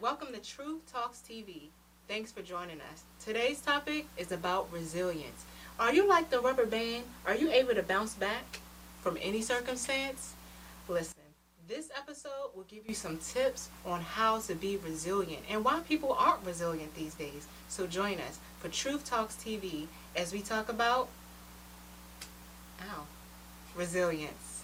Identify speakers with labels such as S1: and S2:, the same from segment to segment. S1: welcome to True Talks TV. Thanks for joining us. Today's topic is about resilience. Are you like the rubber band? Are you able to bounce back from any circumstance? Listen, this episode will give you some tips on how to be resilient and why people aren't resilient these days. So join us for Truth Talks TV as we talk about ow, resilience.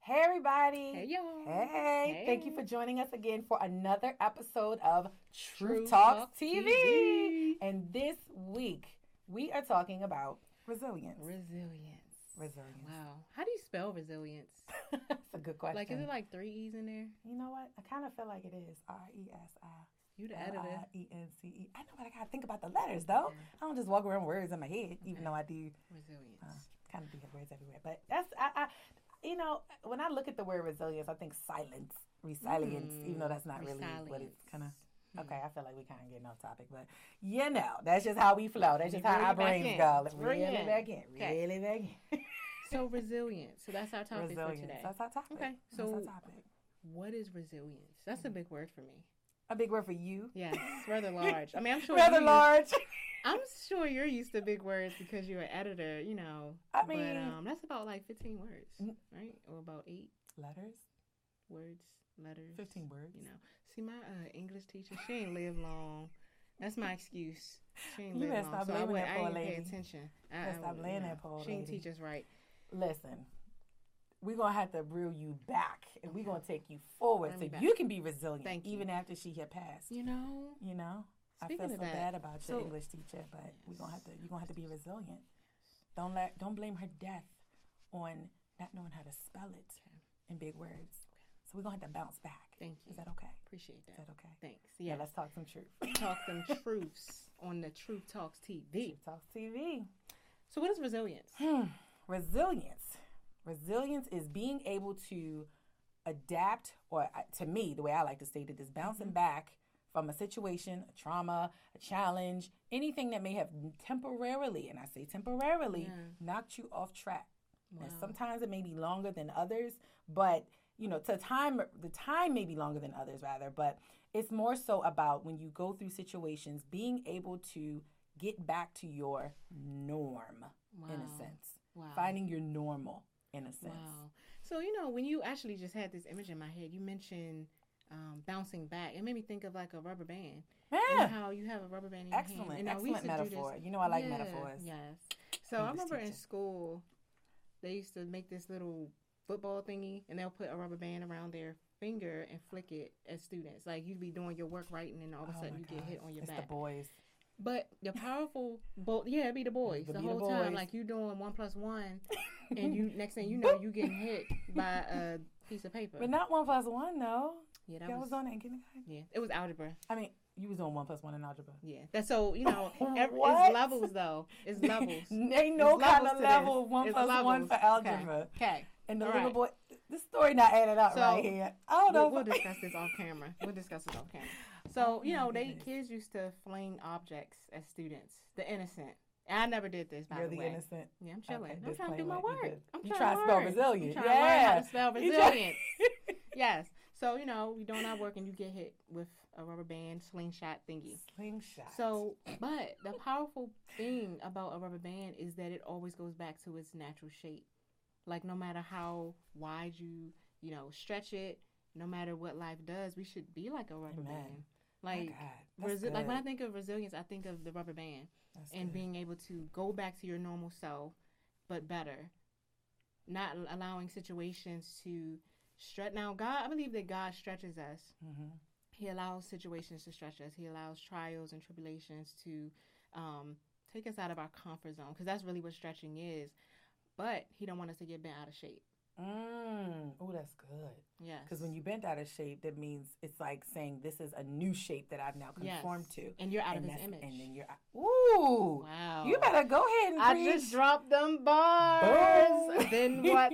S2: Hey, everybody.
S3: Hey y'all.
S2: Hey, Thank you for
S3: Hey.
S2: joining us again for another episode of Truth,
S3: True
S2: Talks
S3: Talk
S2: TV.
S3: TV.
S2: And this week, we are talking about resilience.
S3: Resilience.
S2: resilience.
S3: Wow. How do you spell resilience?
S2: That's a good question.
S3: Like, is it like three E's in there?
S2: you know what? I kind of feel like it is R E S I
S3: You the
S2: L
S3: editor.
S2: I E N C E. I know, but I gotta think about the letters though.
S3: Okay.
S2: I don't just walk around with words in my head, even
S3: Okay.
S2: though I do
S3: Resilience.
S2: Uh, kind of do have words everywhere. But that's I, I you know, when I look at the word resilience, I think silence, resilience, even though that's not really what it's kind of.
S3: Mm-hmm.
S2: Okay, I feel like we kind of getting off topic, but you know, that's just how we flow. That's
S3: You
S2: just how
S3: bring
S2: our
S3: it back
S2: brains
S3: in.
S2: go. Like,
S3: Bring
S2: really
S3: it in.
S2: back in,
S3: Okay.
S2: really back in.
S3: So resilience. So that's our topic
S2: Resilience.
S3: for today.
S2: That's our topic.
S3: Okay,
S2: That's our
S3: so-
S2: topic.
S3: What is resilience? That's
S2: Mm.
S3: a big word for me.
S2: a big word for you.
S3: Yes, rather large. I mean, I'm sure.
S2: Rather
S3: you-
S2: large.
S3: I'm sure you're used to big words because you're an editor. You know.
S2: I
S3: but,
S2: mean-
S3: um, that's about like 15 words,
S2: Mm.
S3: right? Or about eight
S2: Letters.
S3: words, letters.
S2: Fifteen words.
S3: You know, see my uh, English teacher, she ain't live long. That's my excuse. She ain't
S2: You
S3: live
S2: better
S3: long,
S2: stop
S3: so I,
S2: blaming
S3: would,
S2: that
S3: I
S2: poor
S3: ain't pay
S2: lady.
S3: attention. I,
S2: better
S3: I
S2: stop
S3: wouldn't,
S2: blaming
S3: no.
S2: that poor
S3: She ain't
S2: lady.
S3: teach us right.
S2: Listen, we're gonna have to reel you back, and we're gonna take you forward
S3: Bring
S2: so
S3: me back.
S2: you can be resilient,
S3: Thank you.
S2: even after she had passed.
S3: You know,
S2: You know,
S3: Speaking
S2: I feel
S3: of
S2: so
S3: that,
S2: bad about your
S3: so-
S2: English teacher, but we're gonna have to. You're gonna have to be resilient. Don't let. Don't blame her death on not knowing how to spell it
S3: Okay.
S2: in big words. So we're gonna have to bounce back.
S3: Thank you.
S2: Is that okay?
S3: appreciate
S2: Is
S3: that.
S2: that okay?
S3: Thanks.
S2: Yeah.
S3: Yeah,
S2: let's talk some truth.
S3: let's talk them truths on the Truth Talks TV.
S2: Truth Talks TV.
S3: So, what is resilience?
S2: Hmm. resilience resilience is being able to adapt or uh, to me the way i like to state it is bouncing
S3: Mm-hmm.
S2: back from a situation a trauma a challenge anything that may have temporarily and i say temporarily
S3: Yeah.
S2: knocked you off track now,
S3: Wow.
S2: sometimes it may be longer than others, but you know, to time the time may be longer than others rather, but it's more so about when you go through situations being able to get back to your norm in a
S3: Wow.
S2: sense.
S3: Wow.
S2: Finding your normal in a sense.
S3: Wow. So you know, when you actually just had this image in my head, you mentioned um, bouncing back. It made me think of like a rubber band.
S2: Yeah.
S3: and how you have a rubber band in your
S2: Ah, Excellent.
S3: hand. And now we
S2: Excellent
S3: used to do
S2: metaphor.
S3: this-
S2: You know I like
S3: Yeah,
S2: metaphors.
S3: Yes. So I
S2: English
S3: remember in
S2: teacher.
S3: school, they used to make this little football thingy, and they'll put a rubber band around their finger and flick it at students. Like you'd be doing your work right, and then all of a
S2: Oh
S3: sudden
S2: my
S3: you get hit
S2: gosh.
S3: on your
S2: it's
S3: back.
S2: the boys.
S3: but the powerful, bo- yeah, it'd be the boys
S2: It'd
S3: the
S2: be the
S3: whole time.
S2: boys.
S3: Like you doing one plus one, and you next thing you know you getting hit by a piece of paper.
S2: But not one plus one though.
S3: yeah,
S2: That was on in kindergarten.
S3: yeah, it was algebra.
S2: I mean, you was on one plus one in algebra.
S3: Yeah, that's so you know ev-
S2: What?
S3: it's levels though. It's levels.
S2: Ain't no
S3: It's
S2: kind
S3: levels to
S2: of
S3: this.
S2: level one
S3: It's
S2: plus one
S3: levels.
S2: for
S3: Okay.
S2: algebra.
S3: Okay,
S2: And the
S3: All
S2: little
S3: right.
S2: boy, this story not added up
S3: So,
S2: right here. Oh no,
S3: we'll, we'll discuss this off camera. We'll discuss this off camera. So you know, they kids used to fling objects at students. The innocent. And I never did this. By
S2: you're
S3: the,
S2: the
S3: way.
S2: innocent.
S3: Yeah, I'm chilling. I'm trying to do
S2: disclaimer,
S3: my
S2: you
S3: work.
S2: good.
S3: I'm
S2: You
S3: trying
S2: trying
S3: to
S2: to spell
S3: learn.
S2: resilient.
S3: I'm trying to learn how
S2: Yeah.
S3: to spell
S2: You try-
S3: resilient. yes. So you know, we doing our work and you get hit with a rubber band slingshot thingy.
S2: Slingshot.
S3: So, but the powerful thing about a rubber band is that it always goes back to its natural shape. Like no matter how wide you, you know, stretch it, no matter what life does, we should be like a rubber
S2: Amen.
S3: band.
S2: Oh my
S3: Like
S2: God, that's
S3: resi- like when I
S2: good.
S3: think of resilience, I think of the rubber band
S2: That's
S3: and
S2: good.
S3: being able to go back to your normal self, but better. Not l- allowing situations to stretch. Now, God, I believe that God stretches us.
S2: Mhm.
S3: He allows situations to stretch us. He allows trials and tribulations to um, take us out of our comfort zone because that's really what stretching is. But He don't want us to get bent out of shape.
S2: Mm. Oh, that's good.
S3: Yes.
S2: Because when you bent out of shape, that means it's like saying this is a new shape that I've now
S3: Yes.
S2: conformed to.
S3: and you're out
S2: and
S3: of his
S2: that's-
S3: image.
S2: And then you're ooh.
S3: wow.
S2: You better go ahead and
S3: I
S2: preach.
S3: just dropped them bars.
S2: Boom.
S3: then what?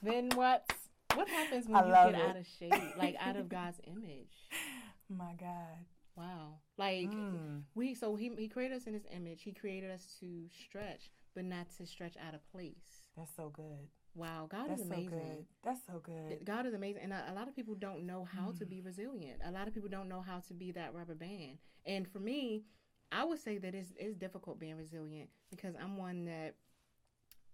S3: then what? What happens when
S2: I
S3: you
S2: love
S3: get
S2: it.
S3: out of shape, like out of God's image?
S2: My God.
S3: Wow. Like
S2: Mm.
S3: we so he he created us in his image. He created us to stretch, but not to stretch out of place.
S2: That's so good.
S3: Wow, God
S2: That's
S3: is
S2: so
S3: amazing.
S2: good. That's so good.
S3: God is amazing, and a, a lot of people don't know how to
S2: Mm.
S3: be resilient. A lot of people don't know how to be that rubber band. And for me, I would say that it's, it's difficult being resilient because I'm one that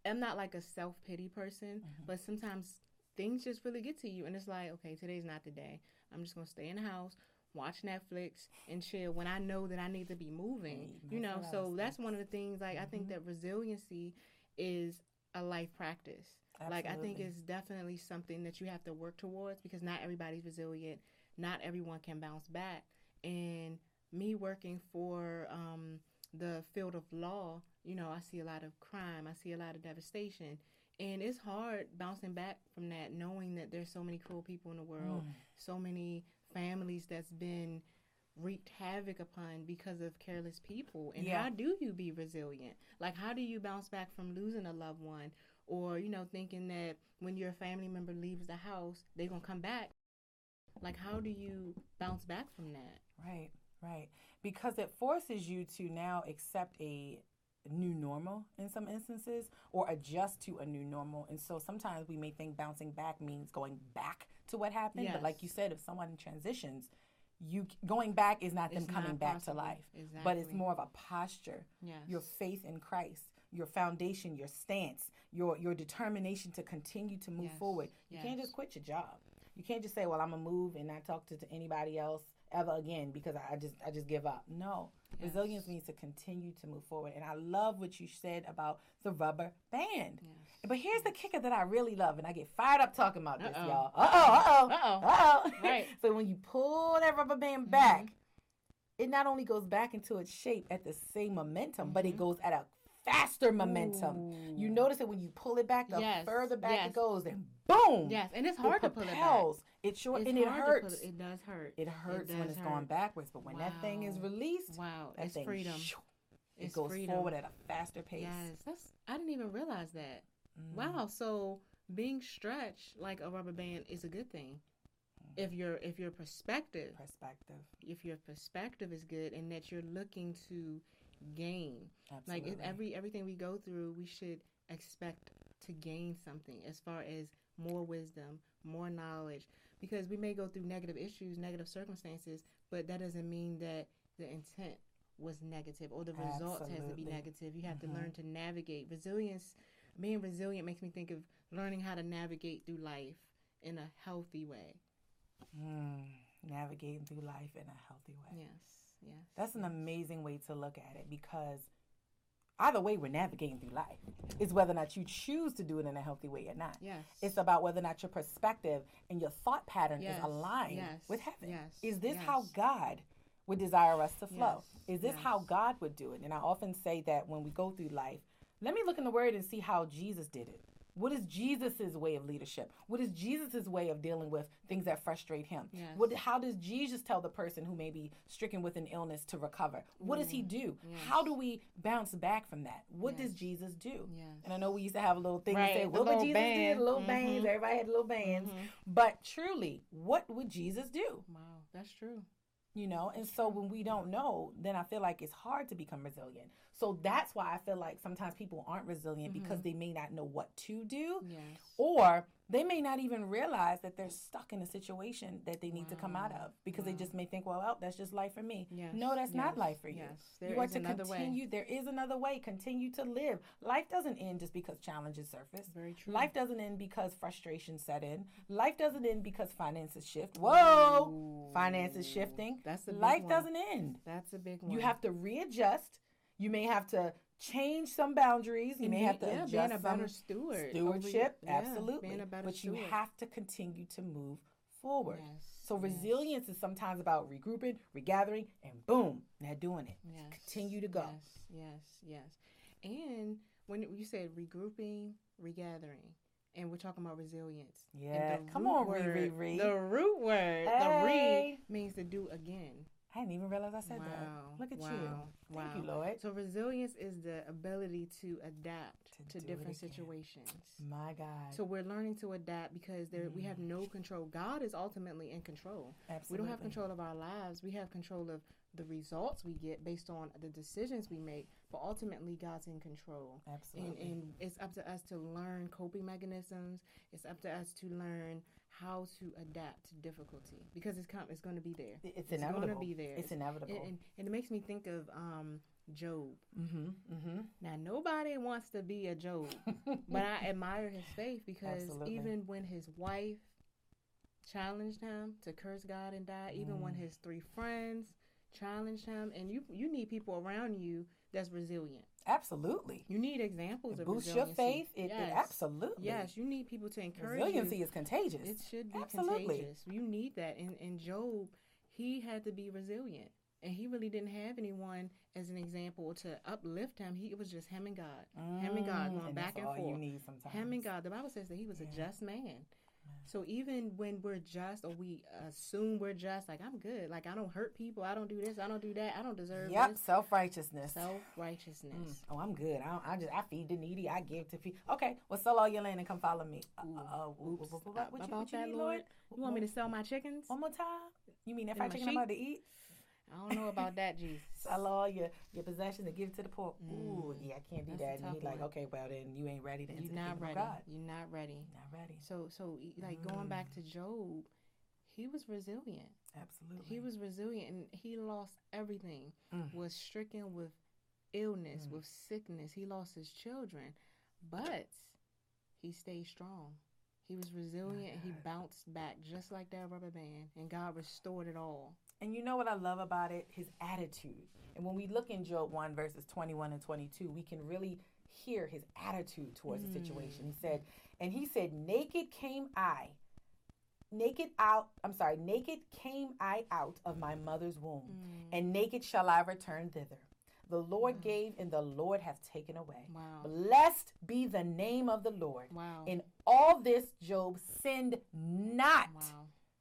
S3: I'm not like a self pity person,
S2: Mm-hmm.
S3: but sometimes things just really get to you, and it's like, okay, today's not the day. I'm just gonna stay in the house, watch Netflix, and chill. When I know that I need to be moving,
S2: Mm,
S3: you
S2: that's
S3: know.
S2: what I
S3: So
S2: was Mm-hmm.
S3: that's one of the things. Like I think that resiliency is a life practice. Like I think
S2: Absolutely.
S3: it's definitely something that you have to work towards because not everybody's resilient. Not everyone can bounce back. And me working for um, the field of law, you know, I see a lot of crime. I see a lot of devastation. And it's hard bouncing back from that, knowing that there's so many cruel people in the
S2: Mm.
S3: world, so many families that's been wreaked havoc upon because of careless people. And
S2: Yeah.
S3: how do you be resilient? Like, how do you bounce back from losing a loved one? Or, you know, thinking that when your family member leaves the house, they're going to come back. Like, how do you bounce back from that?
S2: Right, right. Because it forces you to now accept a new normal in some instances or adjust to a new normal. And so sometimes we may think bouncing back means going back to what happened. But like
S3: Yes.
S2: you said, if someone transitions, you going back is not them
S3: It's
S2: coming
S3: not
S2: back
S3: possible.
S2: to life. But it's
S3: Exactly.
S2: more of a posture.
S3: Yes.
S2: Your faith in Christ, your foundation, your stance, your your determination to continue to move
S3: Yes,
S2: forward. You can't
S3: yes.
S2: just quit your job. You can't just say, "Well, I'm gonna move and not talk to, to anybody else ever again because I, I just I just give up." No, resilience
S3: Yes.
S2: means to continue to move forward. And I love what you said about the rubber band.
S3: Yes.
S2: But here's the kicker that I really love, and I get fired up talking about this,
S3: Uh-oh.
S2: y'all. Uh oh, uh oh,
S3: Uh-oh.
S2: uh oh.
S3: Right. Mm-hmm.
S2: so when you pull that rubber band back, it not only goes back into its shape at the same momentum, but it goes at a faster momentum. You
S3: Mm-hmm. Ooh.
S2: notice that when you pull it back, the
S3: Yes,
S2: further back it
S3: yes.
S2: goes, and boom,
S3: Yes. And it's
S2: it
S3: hard to pull it back.
S2: propels. It sure
S3: It's
S2: and it
S3: hard to pull
S2: hurts.
S3: It,
S2: It,
S3: it does hurt.
S2: hurts when
S3: does
S2: it's going
S3: hurt.
S2: backwards, but when that thing is
S3: Wow.
S2: released,
S3: Wow.
S2: that
S3: it's
S2: thing
S3: freedom.
S2: shoo, it
S3: It's
S2: goes
S3: freedom.
S2: forward at a faster pace.
S3: Yes, that's I didn't even realize that.
S2: Mm.
S3: Wow, so being stretched like a rubber band is a good thing. If your if your perspective
S2: Perspective,
S3: if your perspective is good and that you're looking to gain. Like
S2: absolutely.
S3: in every everything we go through, we should expect to gain something as far as more wisdom, more knowledge because we may go through negative issues, negative circumstances, but that doesn't mean that the intent was negative or the results has to be
S2: Absolutely. Mm-hmm.
S3: negative. You have to learn to navigate. Resilience, being resilient makes me think of learning how to navigate through life in a healthy way.
S2: Mm, navigating through life in a healthy way.
S3: Yes, yes.
S2: That's an amazing way to look at it because either way, we're navigating through life. It's whether or not you choose to do it in a healthy way or not.
S3: Yes.
S2: It's about whether or not your perspective and your thought pattern is
S3: Yes,
S2: aligned
S3: yes,
S2: with heaven.
S3: yes,
S2: Is this how
S3: yes.
S2: God would desire us to flow?
S3: Yes,
S2: Is this how
S3: yes.
S2: God would do it? And I often say that when we go through life, let me look in the word and see how Jesus did it. What is Jesus's way of leadership? What is Jesus's way of dealing with things that frustrate him?
S3: Yes.
S2: What, how does Jesus tell the person who may be stricken with an illness to recover? What does
S3: Mm-hmm.
S2: he do? How do we bounce back from that? What does Jesus do?
S3: Yes.
S2: And I know we used to have a little thing
S3: Right,
S2: to say,
S3: the
S2: what would
S3: little Mm-hmm.
S2: Jesus
S3: band.
S2: do? Little bands. Everybody had little bands. But truly, what would Jesus do?
S3: Mm-hmm. wow, that's true.
S2: You know, and so when we don't know, then I feel like it's hard to become resilient. So that's why I feel like sometimes people aren't resilient because
S3: Mm-hmm.
S2: they may not know what to do,
S3: Yes.
S2: or they may not even realize that they're stuck in a situation that they need to come out of because they just may think, well, well, that's just life for me.
S3: Mm-hmm. Yes,
S2: No, that's not
S3: yes,
S2: life for you.
S3: yes. There
S2: you want
S3: is
S2: to
S3: another way.
S2: continue. There is another way. Continue to live. Life doesn't end just because challenges surface.
S3: Very true.
S2: Life doesn't end because frustration set in. Life doesn't end because finances shift. Whoa, finances
S3: Ooh,
S2: shifting.
S3: that's a big
S2: life
S3: one.
S2: doesn't end.
S3: That's a big one.
S2: You have to readjust. You may have to change some boundaries. You
S3: And
S2: may
S3: be-
S2: have to
S3: yeah,
S2: adjust
S3: being a
S2: some
S3: better steward.
S2: stewardship.
S3: Over- yeah,
S2: absolutely,
S3: being a better
S2: but you
S3: steward.
S2: have to continue to move forward.
S3: Yes,
S2: So
S3: yes.
S2: resilience is sometimes about regrouping, regathering, and boom, now doing it.
S3: Yes,
S2: Continue to go.
S3: Yes, yes, yes. And when you said regrouping, regathering, and we're talking about resilience. And
S2: Yeah.
S3: the
S2: Come
S3: root
S2: on,
S3: word-
S2: Riri.
S3: The root word, the re
S2: Hey.
S3: means to do again.
S2: I didn't even realize I said
S3: Wow.
S2: that. Look at
S3: wow.
S2: you.
S3: Wow.
S2: Thank you, Lord.
S3: So resilience is the ability to adapt
S2: To
S3: to,
S2: do it
S3: different
S2: again.
S3: situations.
S2: My God.
S3: So we're learning to adapt because there we
S2: Mm.
S3: have no control. God is ultimately in control.
S2: Absolutely.
S3: We don't have control of our lives. We have control of the results we get based on the decisions we make. But ultimately, God's in control. And,
S2: Absolutely.
S3: and it's up to us to learn coping mechanisms. It's up to us to learn how to adapt to difficulty because it's com- it's going to be there.
S2: It- it's
S3: it's gonna
S2: inevitable.
S3: be there.
S2: It's
S3: And-
S2: inevitable.
S3: And, and it makes me think of um, Job.
S2: mm-hmm. Mm-hmm.
S3: Now, nobody wants to be a Job, but I admire his faith because
S2: Absolutely.
S3: even when his wife challenged him to curse God and die, even when
S2: Mm.
S3: his three friends challenged him, and you you need people around you that's resilient.
S2: Absolutely.
S3: You need examples
S2: It
S3: of
S2: boosts your
S3: resiliency.
S2: faith. It, it absolutely.
S3: Yes, you need people to encourage
S2: Resiliency
S3: you.
S2: is contagious.
S3: It should be
S2: Absolutely.
S3: contagious. You need that. And and Job, he had to be resilient. And he really didn't have anyone as an example to uplift him. He it was just him and God. him and God
S2: Mm,
S3: going
S2: that's
S3: back and
S2: all
S3: forth.
S2: you need sometimes.
S3: Him and God. The Bible says that he was a just man. So even when we're just or we assume we're just, like I'm good, like I don't hurt people, I don't do this, I don't do that, I don't deserve
S2: Yep.
S3: this.
S2: Self righteousness.
S3: Self righteousness.
S2: Oh, I'm good. I, I just I feed the needy. I give to people. Okay, well, sell all your land and come follow me. Uh,
S3: Ooh,
S2: uh, uh, wh- wh- wh- what,
S3: About
S2: what you, what you
S3: that,
S2: need,
S3: Lord?
S2: Lord?
S3: You want me to sell my chickens?
S2: one more time? You mean
S3: And
S2: that fried
S3: my
S2: chicken I'm
S3: sheep?
S2: about to eat?
S3: I don't know about that, Jesus.
S2: Sell all your your possessions and give it to the poor. Ooh, yeah, I can't do
S3: Mm. that's a
S2: that. And
S3: tough
S2: he's like,
S3: one.
S2: okay, well then you ain't ready to enter
S3: You're
S2: the
S3: not
S2: kingdom of
S3: ready.
S2: God.
S3: You're not ready.
S2: Not ready.
S3: So, so e, like going back
S2: Mm.
S3: to Job, he was resilient.
S2: Absolutely.
S3: He was resilient, and he lost everything.
S2: Mm.
S3: Was stricken with illness, with sickness. He lost his children, but he stayed strong. He was resilient. and He bounced back just like that rubber band, and God restored it all.
S2: And you know what I love about it? His attitude. And when we look in Job 1, verses 21 and 22, we can really hear his attitude towards the situation. He said, And he said, Naked came I, naked out, I'm sorry, naked came I out of my mother's womb, and naked shall I return thither. The Lord gave, and the Lord hath taken away.
S3: Wow.
S2: Blessed be the name of the Lord.
S3: Wow.
S2: In all this, Job sinned not,
S3: Wow.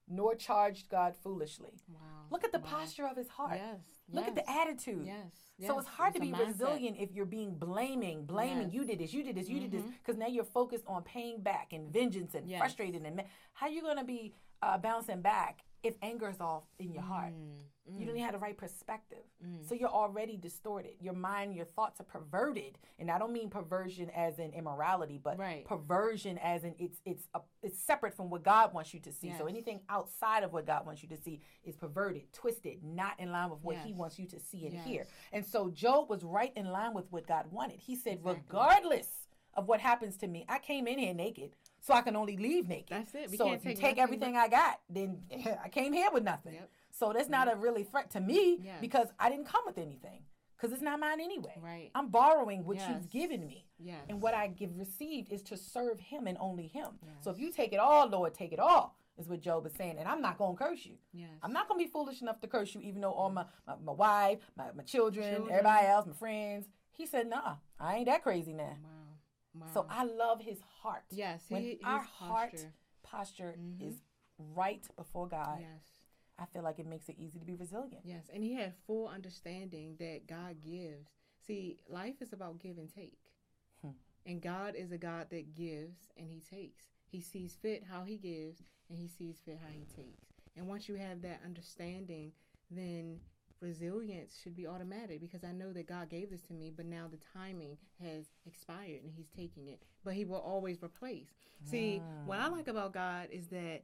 S2: nor charged God foolishly.
S3: Wow.
S2: Look at the
S3: Wow.
S2: posture of his heart.
S3: Yes.
S2: Look at the
S3: yes,
S2: attitude.
S3: Yes.
S2: So
S3: yes,
S2: it's hard to
S3: a
S2: be
S3: mindset.
S2: resilient if you're being blaming, blaming.
S3: Yes.
S2: You did this, you did this, you did this, because now you're focused on paying back and vengeance and
S3: Mm-hmm. Yes.
S2: frustrated and ma- how you gonna be uh, bouncing back if anger is off in your heart?
S3: Mm.
S2: You don't even have the right perspective, so you're already distorted. Your mind, your thoughts are perverted, and I don't mean perversion as in immorality, but
S3: Right.
S2: perversion as in it's it's a, it's separate from what God wants you to see. So
S3: Yes.
S2: anything outside of what God wants you to see is perverted, twisted, not in line with what He
S3: Yes.
S2: wants you to see and hear.
S3: Yes.
S2: And so Job was right in line with what God wanted. He said, regardless of what happens to me, I came in here naked, so I can only leave naked.
S3: That's it. We
S2: so
S3: can't
S2: if you
S3: take
S2: take
S3: nothing
S2: everything I got, then I came here with nothing.
S3: Yep.
S2: So that's not a really threat to me
S3: Yes.
S2: because I didn't come with anything. Because it's not mine anyway.
S3: Right.
S2: I'm borrowing what
S3: Yes.
S2: you've given me.
S3: Yes.
S2: And what I give received is to serve him and only him. So if you take it all, Lord, take it all, is what Job is saying. And I'm not going to curse you.
S3: Yes.
S2: I'm not going to be foolish enough to curse you, even though all my, my, my wife, my, my children, everybody else, my friends. He said, nah, I ain't that crazy now.
S3: Wow. Wow.
S2: So I love his heart.
S3: Yes,
S2: When
S3: he- his
S2: our heart
S3: posture.
S2: posture
S3: Mm-hmm.
S2: is right before God,
S3: yes.
S2: I feel like it makes it easy to be resilient.
S3: Yes, and he had full understanding that God gives. See, life is about give and take. And God is a God that gives and he takes. He sees fit how he gives and he sees fit how he takes. And once you have that understanding, then resilience should be automatic because I know that God gave this to me, but now the timing has expired and he's taking it. But he will always replace. See, what I like about God is that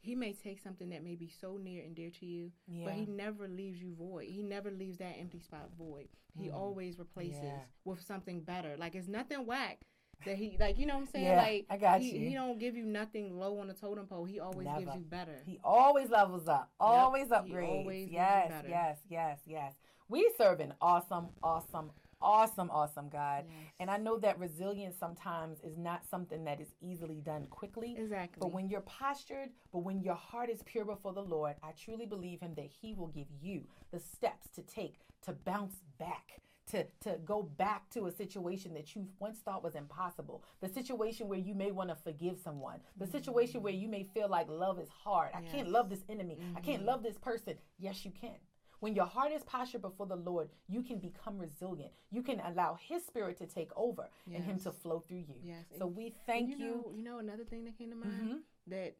S3: he may take something that may be so near and dear to you, but
S2: Yeah.
S3: he never leaves you void. He never leaves that empty spot void. He always replaces
S2: Mm. Yeah.
S3: with something better. Like it's nothing whack that he like you know what I'm saying?
S2: Yeah,
S3: like
S2: I got
S3: he,
S2: you.
S3: he don't give you nothing low on the totem pole. He always gives
S2: Never.
S3: you better.
S2: He always levels up, always upgrades.
S3: always gives you
S2: yes,
S3: better.
S2: yes, yes, yes. We serve an awesome, awesome, awesome, awesome God. And I know that resilience sometimes is not something that is easily done quickly.
S3: Exactly.
S2: But when you're postured, but when your heart is pure before the Lord, I truly believe Him that He will give you the steps to take to bounce back, to to go back to a situation that you once thought was impossible. The situation where you may want to forgive someone. The
S3: Mm-hmm.
S2: situation where you may feel like love is hard. I can't love this enemy. I
S3: Mm-hmm.
S2: can't love this person. Yes, you can. When your heart is postured before the Lord, you can become resilient. You can allow His Spirit to take over and Him to flow through you.
S3: Yes,
S2: So we thank
S3: you,
S2: you. Mm-hmm.
S3: Know, you know another thing that came to mind that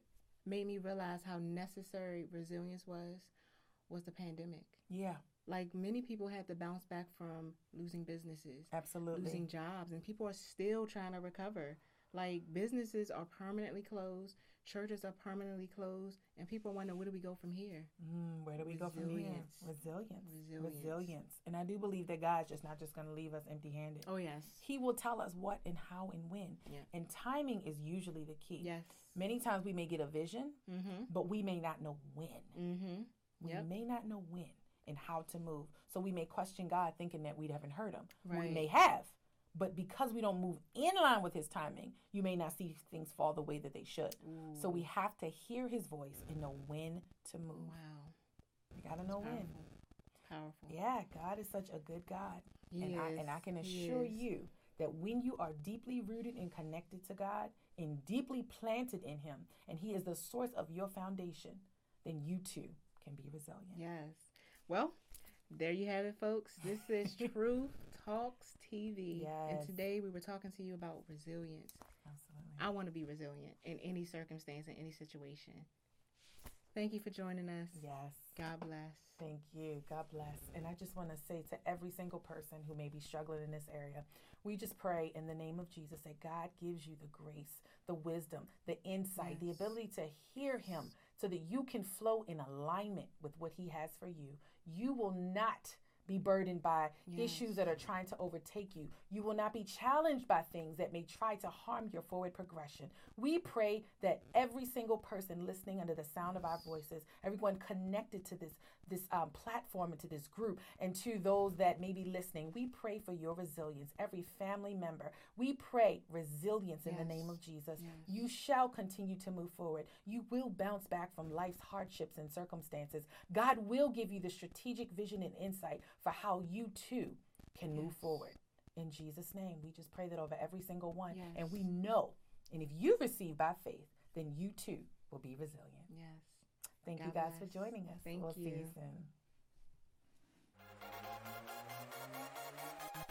S3: made me realize how necessary resilience was was the pandemic.
S2: Yeah,
S3: Like many people had to bounce back from losing businesses,
S2: absolutely.
S3: losing jobs, and people are still trying to recover. Like businesses are permanently closed, churches are permanently closed, and people wonder where do we go from here?
S2: Mm, where do we go from here?
S3: Resilience.
S2: Resilience.
S3: Resilience.
S2: Resilience. And I do believe that God's just not just going to leave us empty handed.
S3: Oh yes,
S2: He will tell us what and how and when.
S3: Yeah.
S2: And timing is usually the key.
S3: yes.
S2: Many times we may get a vision,
S3: Mm-hmm.
S2: but we may not know when.
S3: Mm-hmm.
S2: We
S3: Yep.
S2: may not know when and how to move. So we may question God thinking that we haven't heard him. We
S3: Right.
S2: may have. But because we don't move in line with his timing, you may not see things fall the way that they should. So we have to hear his voice and know when to move.
S3: Wow.
S2: We got to know when.
S3: Powerful. Powerful.
S2: Yeah, God is such a good God.
S3: He
S2: and I
S3: is.
S2: and I can
S3: He
S2: assure
S3: is.
S2: you that when you are deeply rooted and connected to God and deeply planted in him and he is the source of your foundation, then you too can be resilient.
S3: Yes. Well, there you have it, folks. This is Truth Talks TV.
S2: Yes.
S3: And today we were talking to you about resilience.
S2: Absolutely.
S3: I want to be resilient in any circumstance, in any situation. Thank you for joining us.
S2: Yes.
S3: God bless.
S2: Thank you. God bless. And I just want to say to every single person who may be struggling in this area, we just pray in the name of Jesus that God gives you the grace, the wisdom, the insight, the
S3: Yes.
S2: ability to hear Him so that you can flow in alignment with what He has for you. You will not be burdened by issues that are trying to overtake you. You will not be challenged by things that may try to harm your forward progression. We pray that every single person listening under the sound of our voices, everyone connected to this this um, platform and to this group, and to those that may be listening, we pray for your resilience. Every family member, we pray resilience in the name of Jesus.
S3: Mm-hmm.
S2: You shall continue to move forward. You will bounce back from life's hardships and circumstances. God will give you the strategic vision and insight for how you too can move forward. In Jesus' name, we just pray that over every single one. And we know, and if you receive by faith, then you too will be resilient.
S3: Yes.
S2: Thank you
S3: God
S2: guys for
S3: bless.
S2: joining us.
S3: Thank
S2: we'll see you
S3: you.
S2: soon.